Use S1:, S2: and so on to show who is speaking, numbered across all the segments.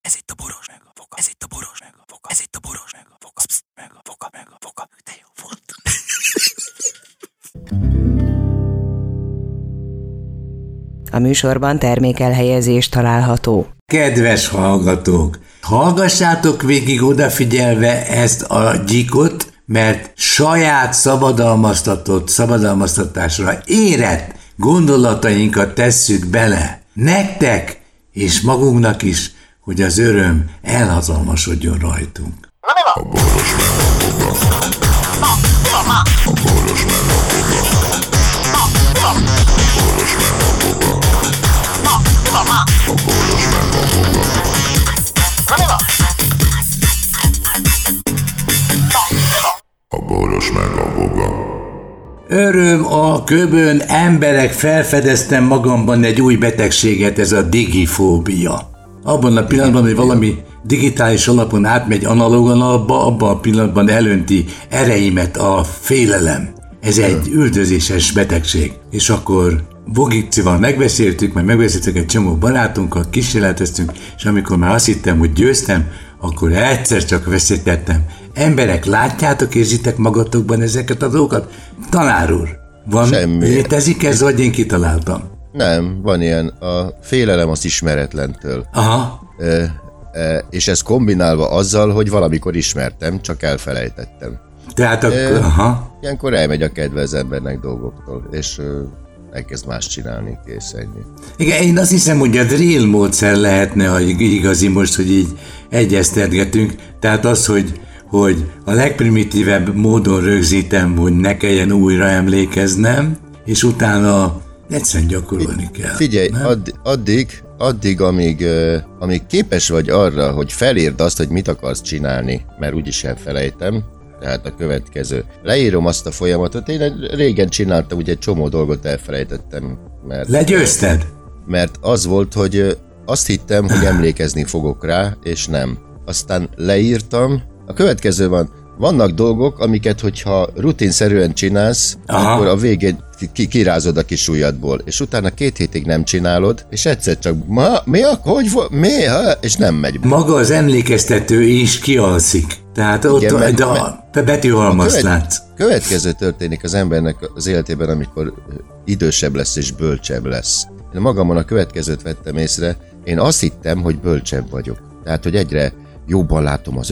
S1: Ez itt a boros, meg a foka. Ez itt a boros, meg a foka. Ez itt a boros, meg a foka. Psz, meg a foka, meg a foka. De jó volt.
S2: A műsorban termékelhelyezés található.
S3: Kedves hallgatók, hallgassátok végig odafigyelve ezt a gyikot, mert saját szabadalmaztatott szabadalmaztatásra érett gondolatainkat tesszük bele. Nektek és magunknak is, hogy az öröm elhatalmasodjon rajtunk.
S4: Na mi van? Na, mi van már? Na, mi van? Na, mi van már? Na, mi van? Na, mi van?
S3: Öröm a köbön emberek felfedeztem magamban egy új betegséget, ez a digifóbia. Abban a pillanatban, hogy valami digitális alapon átmegy analóg alapba, abban a pillanatban elönti ereimet a félelem. Ez egy üldözéses betegség. És akkor Vogicival megbeszéltük, majd megbeszéltük egy csomó barátunkkal, kísérleteztünk, és amikor már azt hittem, hogy győztem, akkor egyszer csak veszítettem. Emberek, látjátok, érzitek magatokban ezeket a dolgokat? Tanár úr, van,
S5: Semmi.
S3: létezik ez, vagy én kitaláltam?
S5: Nem, van ilyen, a félelem az ismeretlentől.
S3: Aha,
S5: Ö, ö, és ez kombinálva azzal, hogy valamikor ismertem, csak elfelejtettem.
S3: tehát akkor, aha.
S5: Ilyenkor elmegy a kedve az embernek dolgoktól, és ö, elkezd más csinálni, kész ennyi.
S3: Igen, én azt hiszem, hogy a drill módszer lehetne a ig- igazi most, hogy így egyeztetgetünk. Tehát az, hogy, hogy a legprimitívebb módon rögzítem, hogy ne kelljen újra emlékeznem, és utána egyszerűen gyakorolni kell.
S5: Figyelj, add, addig, addig amíg, ö, amíg képes vagy arra, hogy felírd azt, hogy mit akarsz csinálni, mert úgyis elfelejtem, tehát a következő. Leírom azt a folyamatot, én egy- régen csináltam, ugye egy csomó dolgot elfelejtettem, mert,
S3: Legyőzted?
S5: mert az volt, hogy ö, azt hittem, hogy emlékezni fogok rá, és nem. Aztán leírtam, a következő van, vannak dolgok, amiket, hogyha rutinszerűen csinálsz,
S3: Aha.
S5: akkor a végén ki- ki- kirázod a kis ujjadból, és utána két hétig nem csinálod, és egyszer csak, ma, mi, ak- hogy, vo- mi, ha? és nem megy.
S3: Maga az emlékeztető is kialszik. Tehát ott
S5: Igen, mert-
S3: de a,
S5: mert-
S3: te betűhalmazt
S5: Követ-
S3: látsz.
S5: Következő történik az embernek az életében, amikor ö, idősebb lesz és bölcsebb lesz. Én magamon a következőt vettem észre, én azt hittem, hogy bölcsebb vagyok. Tehát, hogy egyre jobban látom az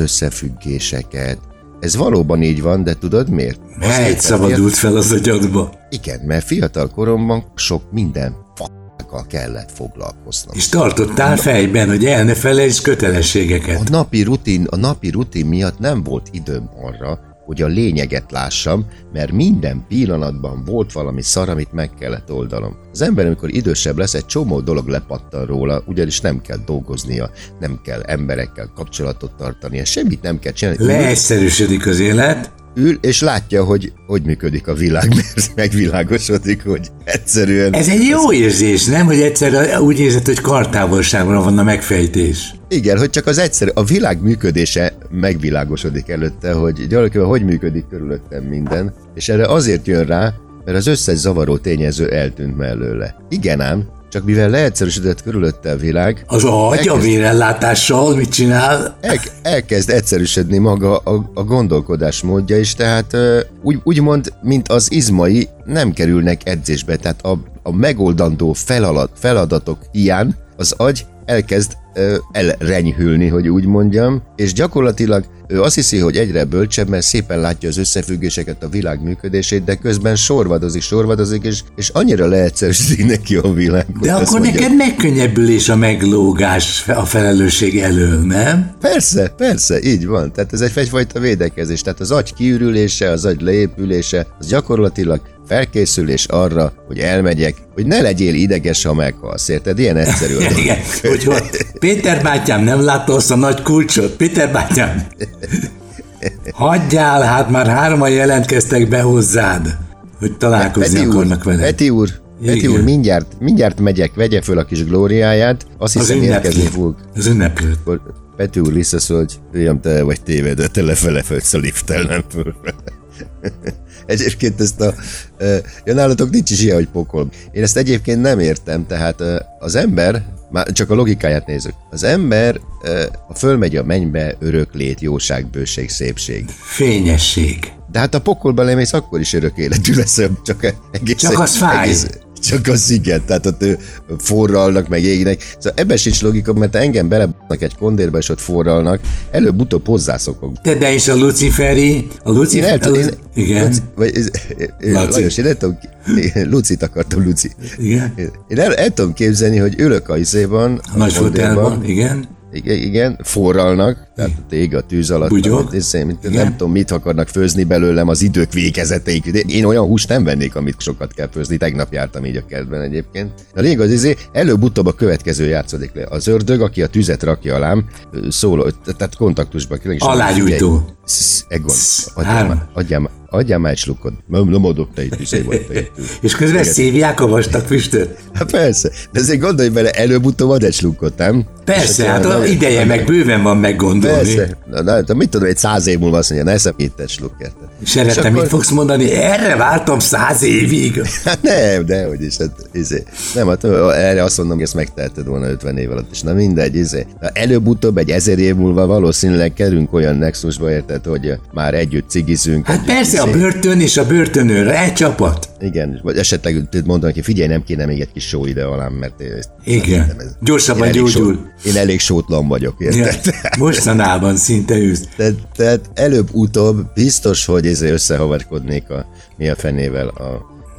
S5: összefüggéseket. Ez valóban így van, de tudod miért? Azt
S3: Helyt
S5: hittem, miért?
S3: szabadult fel az agyadba.
S5: Igen, mert fiatal koromban sok minden f***kal kellett foglalkoznom.
S3: És tartottál fejben, hogy el ne felejtsd kötelességeket.
S5: A napi, rutin, a napi rutin miatt nem volt időm arra, hogy a lényeget lássam, mert minden pillanatban volt valami szar, amit meg kellett oldanom. Az ember, amikor idősebb lesz, egy csomó dolog lepattan róla, ugyanis nem kell dolgoznia, nem kell emberekkel kapcsolatot tartania, semmit nem kell csinálni. Ül,
S3: Leegyszerűsödik az élet,
S5: ül és látja, hogy hogy működik a világ, mert megvilágosodik, hogy egyszerűen...
S3: Ez egy jó érzés, nem? Hogy egyszer úgy érzed, hogy kartávolságra van a megfejtés.
S5: Igen, hogy csak az egyszerű, a világ működése megvilágosodik előtte, hogy gyakorlatilag hogy működik körülöttem minden, és erre azért jön rá, mert az összes zavaró tényező eltűnt mellőle. Igen ám, csak mivel leegyszerűsödött körülötte a világ,
S3: Az agy a vérellátással mit csinál?
S5: el, elkezd egyszerűsödni maga a, a gondolkodás módja is, tehát ö, úgy, úgymond, mint az izmai nem kerülnek edzésbe, tehát a, a megoldandó feladat, feladatok hiány az agy elkezd ö, elrenyhülni, hogy úgy mondjam, és gyakorlatilag ő azt hiszi, hogy egyre bölcsebb, mert szépen látja az összefüggéseket, a világ működését, de közben sorvadozik, sorvadozik, és, és annyira leegyszerűsíti neki a világ. hogy
S3: De
S5: azt
S3: akkor
S5: mondja,
S3: neked megkönnyebbülés a meglógás a felelősség elől, nem?
S5: Persze, persze, így van. Tehát ez egy egyfajta védekezés. Tehát az agy kiürülése, az agy leépülése, az gyakorlatilag felkészülés arra, hogy elmegyek, hogy ne legyél ideges, ha meghalsz. Érted? Ilyen egyszerű. a dolog.
S3: Igen, hogyha Péter bátyám nem látta azt a nagy kulcsot, Péter bátyám, hagyjál, hát már hárman jelentkeztek be hozzád, hogy találkozni
S5: Peti úr,
S3: akarnak veled.
S5: Peti úr, Peti
S3: Igen.
S5: úr mindjárt, mindjárt megyek, vegye föl a kis glóriáját, azt
S3: Az
S5: hiszem érkezni
S3: ünneplő.
S5: fog.
S3: Az ünneplő.
S5: Akkor Peti úr visszaszól, hogy fiam, te vagy tévedve, te lefele földsz a lifttel, nem fölfele. Egyébként ezt a... ö, Ja, nálatok nincs is ilyen, hogy pokol. Én ezt egyébként nem értem, tehát ö, az ember Már csak a logikáját nézzük. Az ember, ö, ha fölmegy a mennybe, örök lét, jóság, bőség, szépség.
S3: Fényesség.
S5: De hát a pokolba lemész, akkor is örök életű leszel, csak egész...
S3: Csak az fáj.
S5: Egész, csak az igen, tehát ott ö, forralnak, meg égnek. Szóval ebben sincs logika, mert engem belebutnak egy kondérbe, és ott forralnak, előbb-utóbb hozzászokok.
S3: Te de is a Luciferi, a
S5: Én el
S3: Luciferi,
S5: tudom, én,
S3: igen,
S5: Luci, vagy, ez- ö,
S3: Laci.
S5: Lajos, én el tudom, én Lucit akartam, Luci.
S3: igen,
S5: Én el, el tudom képzelni, hogy ülök a izéban,
S3: a nagy fotelban, igen,
S5: igen, igen, forralnak, tehát ott ég a tűz alatt.
S3: Bugyog.
S5: alatt, és én, mint,
S3: Igen.
S5: nem tudom, mit akarnak főzni belőlem az idők végezetéig. De Én olyan húst nem vennék, amit sokat kell főzni. Tegnap jártam így a kertben egyébként. A lényeg az, izé, előbb-utóbb a következő játszódik le. Az ördög, aki a tüzet rakja alám, ö, szól, tehát kontaktusba kerül. és-
S3: Alágyújtó.
S5: Sz, Egon,
S3: Sz,
S5: adjál
S3: három.
S5: már, adjál már, adjál már egy slukkot. Nem, nem adok, te itt tüzé vagy, te itt tüzé.
S3: és közben szívják a vastag füstöt.
S5: Hát persze, de azért gondolj bele, előbb-utóbb ad egy slukkot, nem?
S3: Persze, hát
S5: a
S3: a ideje meg bőven van meggondolni.
S5: Persze. Na, na, te mit tudom, egy száz év múlva azt mondja, ne eszem itt egy slukkert.
S3: Szeretem, mit fogsz mondani? Erre vártam száz évig.
S5: Hát nem, dehogy is. Hát, izé. Nem, hát ö, erre azt mondom, hogy ezt megteheted volna 50 év alatt is. Na mindegy, izé. Na, előbb-utóbb egy ezer év múlva valószínűleg kerünk olyan nexusba, érted, hogy már együtt cigizünk.
S3: Hát
S5: együtt
S3: persze, a
S5: izé.
S3: börtön és a börtönőr, egy csapat.
S5: Igen, vagy esetleg mondanak, hogy figyelj, nem kéne még egy kis só ide alám, mert én-
S3: Igen.
S5: nem, ez-
S3: Gyorsabban
S5: én elég
S3: gyógyul.
S5: sót- Én elég sótlan vagyok,
S3: Ja,
S5: érted?
S3: Mostanában szinte ősz.
S5: Tehát, tehát előbb-utóbb biztos, hogy ez összehavarkodnék a mi a fenével a,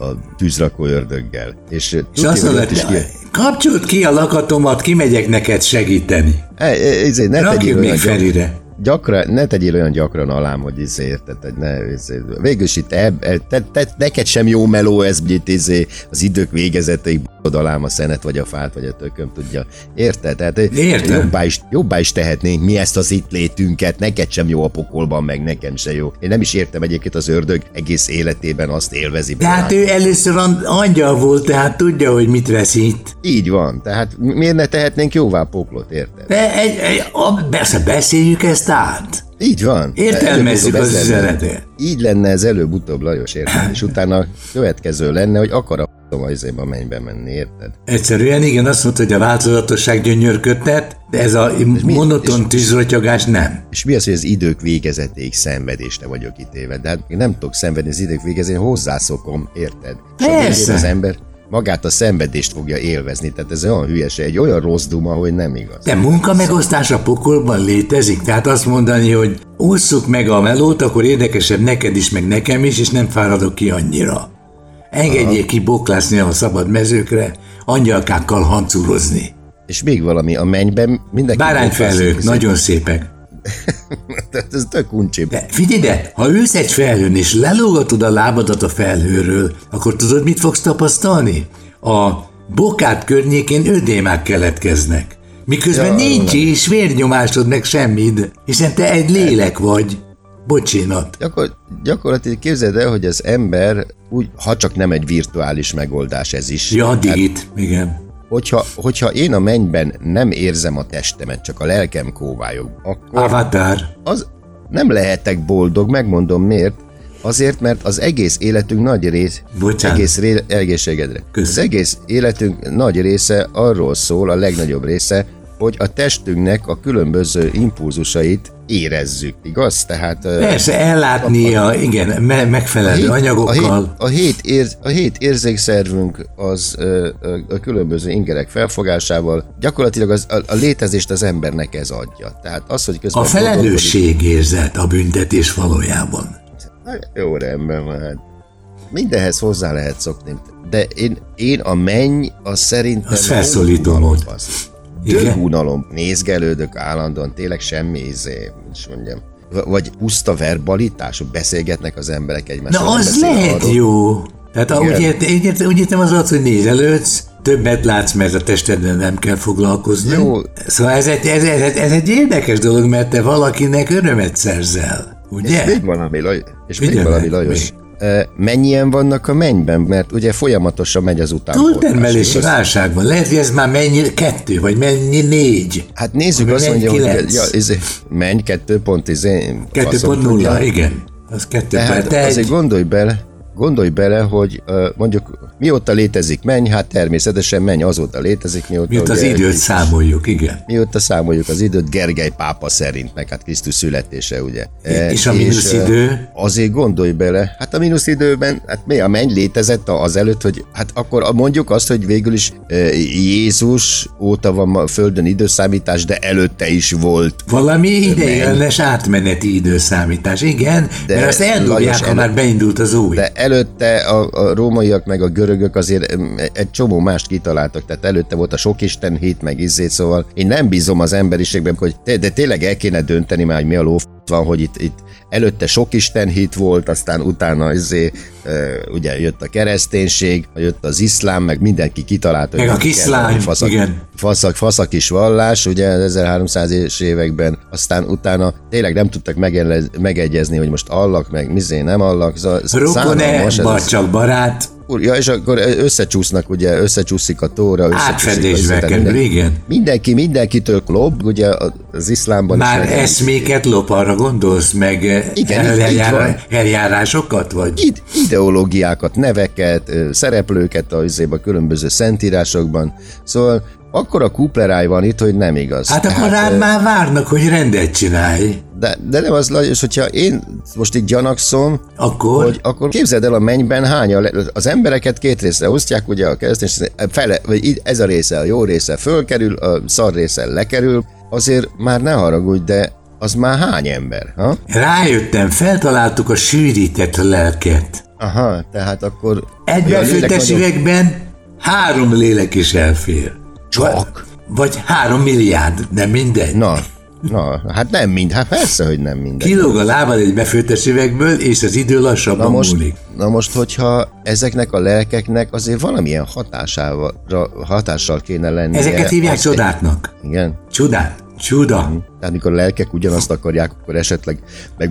S5: a tűzrakó ördöggel. És,
S3: És azt mondod, hogy kapcsolt ki a lakatomat, kimegyek neked segíteni.
S5: ezért izé, ne
S3: Rakjuk
S5: tegyél
S3: még
S5: olyan gyakran,
S3: felire.
S5: gyakran, ne tegyél olyan gyakran alám, hogy izé, érted, hogy ne, izé, végül is itt eb, e, te, te, neked sem jó meló ez, hogy itt izé, az idők végezetéig b***od alám a szenet, vagy a fát, vagy a tököm tudja. Érted? Tehát eh,
S3: Értem.
S5: Jobbá is, jobbá is tehetnénk mi ezt az itt létünket, neked sem jó a pokolban, meg nekem se jó. Én nem is értem egyébként az ördög egész életében azt élvezi.
S3: De hát
S5: benne.
S3: ő először an- angyal volt, tehát tudja, hogy mit veszít.
S5: Így van, tehát mi- miért ne tehetnénk jóvá poklot, érted?
S3: De egy, egy, a, persze beszéljük ezt át.
S5: Így van.
S3: Értelmezzük
S5: Előbb-utóbb
S3: az
S5: ez lenne.
S3: üzenetét.
S5: Így lenne ez előbb-utóbb, Lajos, érted? És utána a következő lenne, hogy akar a f***om a mennybe menni, érted?
S3: Egyszerűen igen, azt mondta, hogy a változatosság gyönyörködtet, de ez a monoton tűzrotyogás nem.
S5: És mi az, hogy az idők végezetéig szenvedésre vagyok ítéve? De hát én nem tudok szenvedni az idők végezén, hozzászokom, érted? És a végén
S3: Persze.
S5: Az ember magát a szenvedést fogja élvezni, tehát ez olyan hülyeség, egy olyan rossz duma, hogy nem igaz.
S3: De munkamegosztás a pokolban létezik, tehát azt mondani, hogy ússzuk meg a melót, akkor érdekesebb neked is, meg nekem is, és nem fáradok ki annyira. Engedjék ki boklászni a szabad mezőkre, angyalkákkal hancúrozni.
S5: És még valami, a mennyben mindenki...
S3: Bárányfelhők, nagyon szépek.
S5: Ez tök uncsibb.
S3: De figyelj ide, ha ülsz egy felhőn és lelógatod a lábadat a felhőről, akkor tudod, mit fogsz tapasztalni? A bokát környékén ödémák keletkeznek. Miközben ja,
S5: Ja,
S3: nincs is vérnyomásod meg semmid, hiszen te egy lélek vagy. Bocsánat.
S5: Gyakor, gyakorlatilag képzeld el, hogy az ember, úgy, ha csak nem egy virtuális megoldás ez is.
S3: Ja, digit, igen.
S5: Hogyha, hogyha én a mennyben nem érzem a testemet, csak a lelkem kóvályog, akkor
S3: Avatar.
S5: az nem lehetek boldog, megmondom miért. Azért, mert az egész életünk nagy rész,
S3: Bocsánat.
S5: egész ré, egészségedre.
S3: Köszönöm.
S5: Az egész életünk nagy része arról szól, a legnagyobb része, hogy a testünknek a különböző impulzusait érezzük, igaz? Tehát ö,
S3: Persze, ellátnia, igen, me- megfelelő
S5: a
S3: anyagokkal.
S5: hét, a, hét ér, a hét érzékszervünk az ö, ö, a különböző ingerek felfogásával gyakorlatilag az, a, a létezést az embernek ez adja. Tehát az, hogy közben...
S3: A felelősségérzet a büntetés valójában.
S5: gondolkodik- Na, Jó rendben van, hát. Mindenhez hozzá lehet szokni. De én, én a menny, az szerintem...
S3: Az felszólító
S5: unalom,
S3: mód.
S5: basz.
S3: Igen.
S5: Tök unalom. Nézgelődök állandóan, tényleg semmi izé, is mondjam. V- Vagy puszta verbalitás, hogy beszélgetnek az emberek egymással.
S3: Na
S5: nem
S3: az
S5: Szóval beszél
S3: lehet
S5: arról.
S3: jó. Tehát úgy,
S5: Igen.
S3: ért, úgy, ért, úgy értem az alatt, hogy nézelődsz, többet látsz, mert a testedben nem kell foglalkozni.
S5: Jó.
S3: Szóval ez egy, ez, ez, ez egy érdekes dolog, mert te valakinek örömet szerzel. Ugye?
S5: Még valami, Laj- és még
S3: Figyelek,
S5: valami Lajos.
S3: még.
S5: Ö, Mennyien vannak a mennyben? Mert ugye folyamatosan megy az utánpótlás.
S3: Túltermelési
S5: igaz?
S3: válság van. Lehet, hogy ez már mennyi kettő, vagy mennyi négy.
S5: Hát nézzük,
S3: Ami
S5: azt
S3: menj
S5: mondja, hogy
S3: kilenc.
S5: ja, izé, menj 2.10.
S3: Kettő
S5: faszom
S3: pont
S5: tudja. Hát,
S3: nulla, igen. Az kettő
S5: Tehát
S3: pont egy.
S5: azért gondolj bele, Gondolj bele, hogy ö, mondjuk mióta létezik menny, hát természetesen menny azóta létezik, mióta...
S3: Miért az
S5: ugye-
S3: időt számoljuk, igen.
S5: Mióta számoljuk az időt Gergely pápa szerint, meg hát Krisztus születése, ugye. E,
S3: és a mínusz
S5: ö,
S3: idő?
S5: Azért gondolj bele, hát a mínusz időben, hát mi a menny létezett a- azelőtt, hogy hát akkor a- mondjuk azt, hogy végül is e, Jézus óta van ma a földön időszámítás, de előtte is volt.
S3: Valami ideiglenes átmeneti időszámítás, igen,
S5: De
S3: de mert azt eldobják,
S5: Lajos,
S3: ha már beindult az új.
S5: De előtte a, a rómaiak meg a görögök azért em, egy csomó mást kitaláltak, tehát előtte volt a sokisten hit, meg izzét, szóval én nem bízom az emberiségben, hogy te, de tényleg el kéne dönteni már, hogy mi a lóf van, hogy itt, itt előtte sokisten hit volt, aztán utána izé, ö, ugye jött a kereszténység, jött az iszlám, meg mindenki kitalálta. hogy
S3: Meg a
S5: mit kell,
S3: kiszlány,
S5: faszak,
S3: igen.
S5: faszak, faszak is vallás, ugye 1300 es években, aztán utána tényleg nem tudtak megenle- megegyezni, hogy most allak, meg mizé nem allak, zá-
S3: Rokone,
S5: Szánalmas ez
S3: vagy
S5: az-
S3: csak barát,
S5: Úr, Ja, és akkor összecsúsznak, ugye, összecsúszik a tóra, összecsúszik
S3: Átfedésbe
S5: szinte
S3: kerül,
S5: minden-
S3: igen.
S5: Mindenki mindenkitől lop, ugye az iszlámban is
S3: már
S5: meg-
S3: eszméket lop, arra gondolsz, meg eh,
S5: Igen, így- így van.
S3: eljárásokat, vagy?
S5: id- ideológiákat, neveket, ö, szereplőket a, izébe, a különböző szentírásokban. Szóval akkora kupleráj van itt, hogy nem igaz.
S3: Hát akkor
S5: Tehát,
S3: rád
S5: ö,
S3: már várnak, hogy rendet csinálj.
S5: de, de nem az, Lajos, hogyha én most így gyanakszom,
S3: Akkor
S5: hogy akkor képzeld el a mennyben hányan, le- az embereket két részre osztják, ugye a keresztény, fele, vagy így ez a része, a jó része fölkerül, a szar része lekerül, azért már ne haragudj, de az már hány ember, ha?
S3: rájöttem, feltaláltuk a sűrített lelket.
S5: Aha, tehát akkor... Ja, lélek
S3: Egybefőttes
S5: nagyon-
S3: üvegben három lélek is elfér. Csak? Vagy három milliárd, nem mindegy.
S5: Na, na, hát nem mind, hát persze, hogy nem minden.
S3: Kilóg a lábad egy befőttes üvegből, és az idő lassabban
S5: Na most,
S3: múlik.
S5: na most, hogyha ezeknek a lelkeknek azért valamilyen hatásával, ra- hatással kéne lennie.
S3: Ezeket hívják
S5: az-
S3: csodáknak.
S5: Igen.
S3: Csodát. Csuda.
S5: Tehát mikor a lelkek ugyanazt akarják, akkor esetleg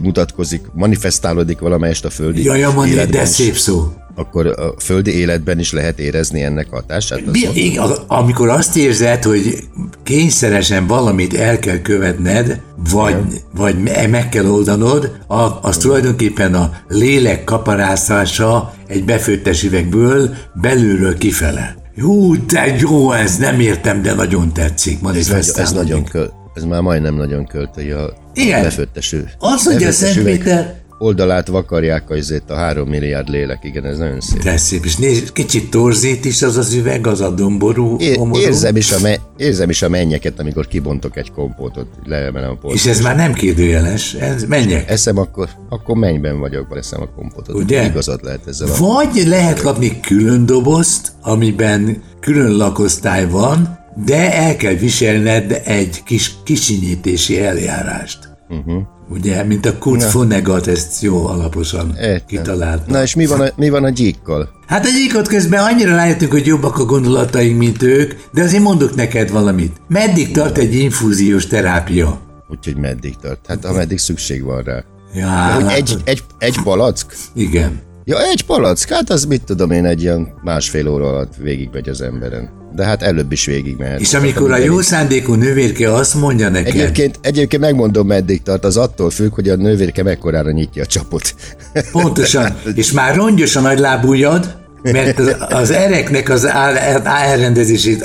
S5: megmutatkozik, manifestálódik valamelyest a földi
S3: Jaj, a mondja,
S5: életben
S3: de
S5: is.
S3: szép szó.
S5: Akkor a földi életben is lehet érezni ennek hatását. Az
S3: Mi, igen, a- amikor azt érzed, hogy kényszeresen valamit el kell követned, vagy, vagy me- meg kell oldanod, a- az tulajdonképpen a lélek kaparászása egy befőttes üvegből belülről kifele. Hú, de jó ez, nem értem, de nagyon tetszik.
S5: ez, nagy, ez nagyon köl, ez már majdnem nagyon költői a,
S3: Igen.
S5: a befőtteső.
S3: Azt mondja
S5: befőttes
S3: Szent
S5: üveg
S3: Péter.
S5: Oldalát vakarják azért a három milliárd lélek, igen, ez nagyon szép.
S3: De szép, és nézd, kicsit torzít is az az üveg, az a domború.
S5: É,
S3: omorú.
S5: érzem, is a me- érzem is a mennyeket, amikor kibontok egy kompótot, leemelem a
S3: És
S5: polcot.
S3: ez már nem kérdőjeles, ez menjek.
S5: Eszem, akkor, akkor mennyben vagyok, eszem a kompotot.
S3: Ugye?
S5: Igazad lehet ezzel a
S3: Vagy lehet kapni külön dobozt, amiben külön lakosztály van, de el kell viselned egy kis kisinyítési eljárást. Uh-huh. Ugye, mint a Kurt Vonnegut, ezt jó alaposan
S5: Értem.
S3: kitalálta.
S5: Na és mi van a, mi van a gyíkkal?
S3: Hát egyik ott közben annyira rájöttünk, hogy jobbak a gondolataink, mint ők, de azért mondok neked valamit. Meddig tart egy infúziós terápia?
S5: Úgyhogy meddig tart? Hát ameddig szükség van rá.
S3: Ja,
S5: Hogy
S3: látod?
S5: egy, egy, egy palack?
S3: Igen.
S5: Ja, egy palack, hát az mit tudom én, egy ilyen másfél óra alatt végigmegy az emberen. De hát előbb is végigmehet.
S3: És amikor a jó szándékú nővérke azt mondja neked,
S5: Egyébként, egyébként megmondom, meddig tart, az attól függ, hogy a nővérke mekkorára nyitja a csapot.
S3: Pontosan. És már rongyos a nagylábújad, mert az, az ereknek az áll- elrendezését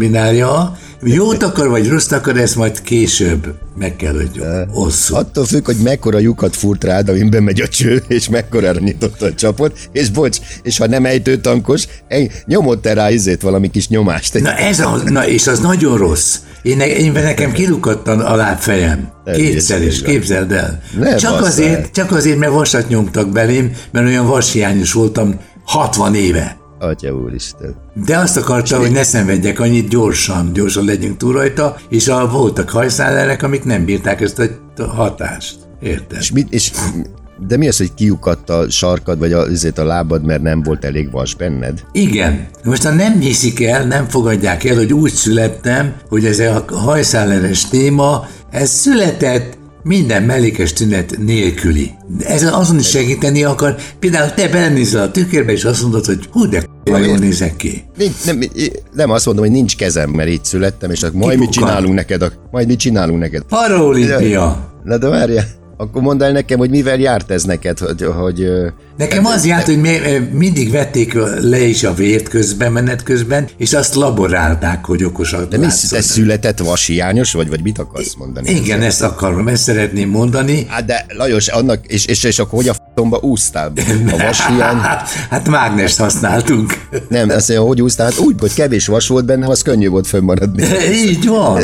S3: átkombinálja. Jót akar, vagy rossz akar, ezt majd később meg kell, hogy osszuk.
S5: Attól függ, hogy mekkora lyukat furt rád, amin bemegy a cső, és mekkorára nyitotta a csapot, és bocs, és ha nem ejtőtankos, ej- nyomott te rá izét valami kis nyomást. Egy
S3: Na, ez a, na, és az nagyon rossz. Én, ne, én nekem kirukadtan a lábfejem. Kétszer is, képzeld el.
S5: Ne
S3: csak,
S5: basszál.
S3: azért, csak azért, mert vasat nyomtak belém, mert olyan vashiányos voltam 60 éve.
S5: Atya úristen.
S3: De azt akarta, hogy ne szenvedjek annyit, gyorsan, gyorsan legyünk túl rajta, és a, voltak hajszálerek, amik nem bírták ezt a t- hatást. Érted?
S5: És mit, és, de mi az, hogy kiukadt a sarkad, vagy a, izét a lábad, mert nem volt elég vas benned?
S3: Igen. Most ha nem hiszik el, nem fogadják el, hogy úgy születtem, hogy ez a hajszáleres téma, ez született minden mellékes tünet nélküli. Ez azon is segíteni akar. Például te belenézel a tükörbe, és azt mondod, hogy hú, de k***a jól nézek ki.
S5: Nincs, nem, nem, azt mondom, hogy nincs kezem, mert így születtem, és akkor majd mit
S3: Kipukkant.
S5: csinálunk neked, a, majd mit csinálunk neked.
S3: Parolimpia.
S5: Na de várja, Akkor mondd el nekem, hogy mivel járt ez neked, hogy, hogy ö,
S3: Nekem az járt, hogy mi- eh, mindig vették le is a vért közben, menet közben, és azt laborálták, hogy okosak
S5: de mi, te született vashiányos vagy, vagy mit akarsz mondani?
S3: Igen, ezt akarom, ezt szeretném mondani.
S5: Hát de Lajos, annak, és, és, és akkor hogy a f***omba úsztál? A vashiány?
S3: Hát mágnest használtunk.
S5: Nem, azt mondja, hogy úsztál? Hát úgy, hogy kevés vas volt benne, az könnyű volt fönnmaradni.
S3: Így van.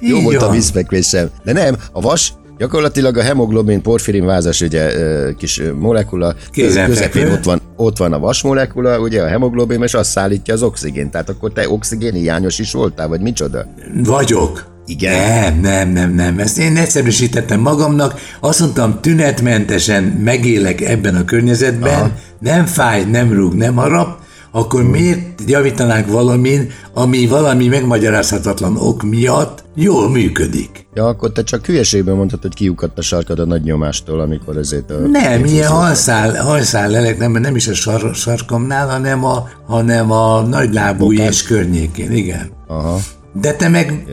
S5: Jó
S3: Így
S5: volt a
S3: van.
S5: vízfekvésem. De nem, a vas gyakorlatilag a hemoglobin porfirin vázas ugye, ö, kis ö, molekula,
S3: Kézenfekvő.
S5: közepén ott van, ott van a vas molekula, ugye a hemoglobin, és azt szállítja az oxigént. Tehát akkor te oxigén hiányos is voltál, vagy micsoda?
S3: Vagyok.
S5: Igen.
S3: Nem, nem, nem, nem. Ezt én egyszerűsítettem magamnak, azt mondtam, tünetmentesen megélek ebben a környezetben, Aha. nem fáj, nem rúg, nem harap, akkor miért javítanánk valamin, ami valami megmagyarázhatatlan ok miatt jól működik?
S5: Ja, akkor te csak hülyeségben mondtad, hogy kiukadt a sarkad a nagy nyomástól, amikor ezért... A
S3: Nem, ilyen hajszál, hajszál lelek, nem, nem is a sar, sarkamnál, hanem a, hanem a nagylábú és környékén, igen.
S5: Aha.
S3: De te meg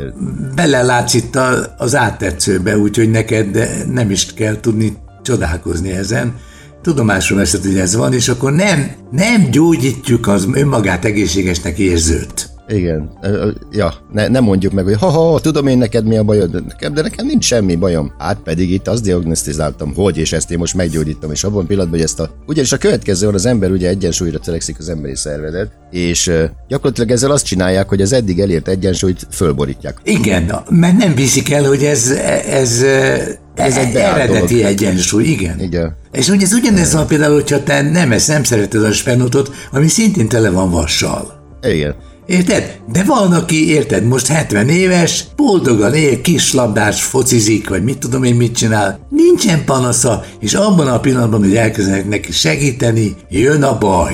S3: belelátsz itt a- az áttetszőbe, úgyhogy neked nem is kell tudni csodálkozni ezen. Tudomásul veszed, hogy ez van, és akkor nem, nem gyógyítjuk az önmagát egészségesnek érzőt.
S5: Igen. Ö, ö, Ja, ne, nem mondjuk meg, hogy ha-ha, tudom én neked mi a bajod, de nekem, de nekem nincs semmi bajom. Hát pedig itt azt diagnosztizáltam, hogy, és ezt én most meggyógyítom, és abban a pillanatban, hogy ezt a... Ugyanis a következő van, az ember ugye egyensúlyra törekszik az emberi szervezet, és ö, gyakorlatilag ezzel azt csinálják, hogy az eddig elért egyensúlyt fölborítják.
S3: Igen, mert nem viszik el, hogy ez, ez,
S5: Ez
S3: ez
S5: egy
S3: egy
S5: beállt
S3: eredeti
S5: dolog.
S3: egyensúly, igen.
S5: Igen.
S3: És ugye ez ugyanez van például, hogyha te nem ezt nem szereted a spenótot, ami szintén tele van vassal.
S5: Igen.
S3: Érted? De van, aki, érted, most 70 éves, boldogan él, kislabdás, focizik, vagy mit tudom én mit csinál. Nincsen panasza, és abban a pillanatban, hogy elkezdenek neki segíteni, jön a baj.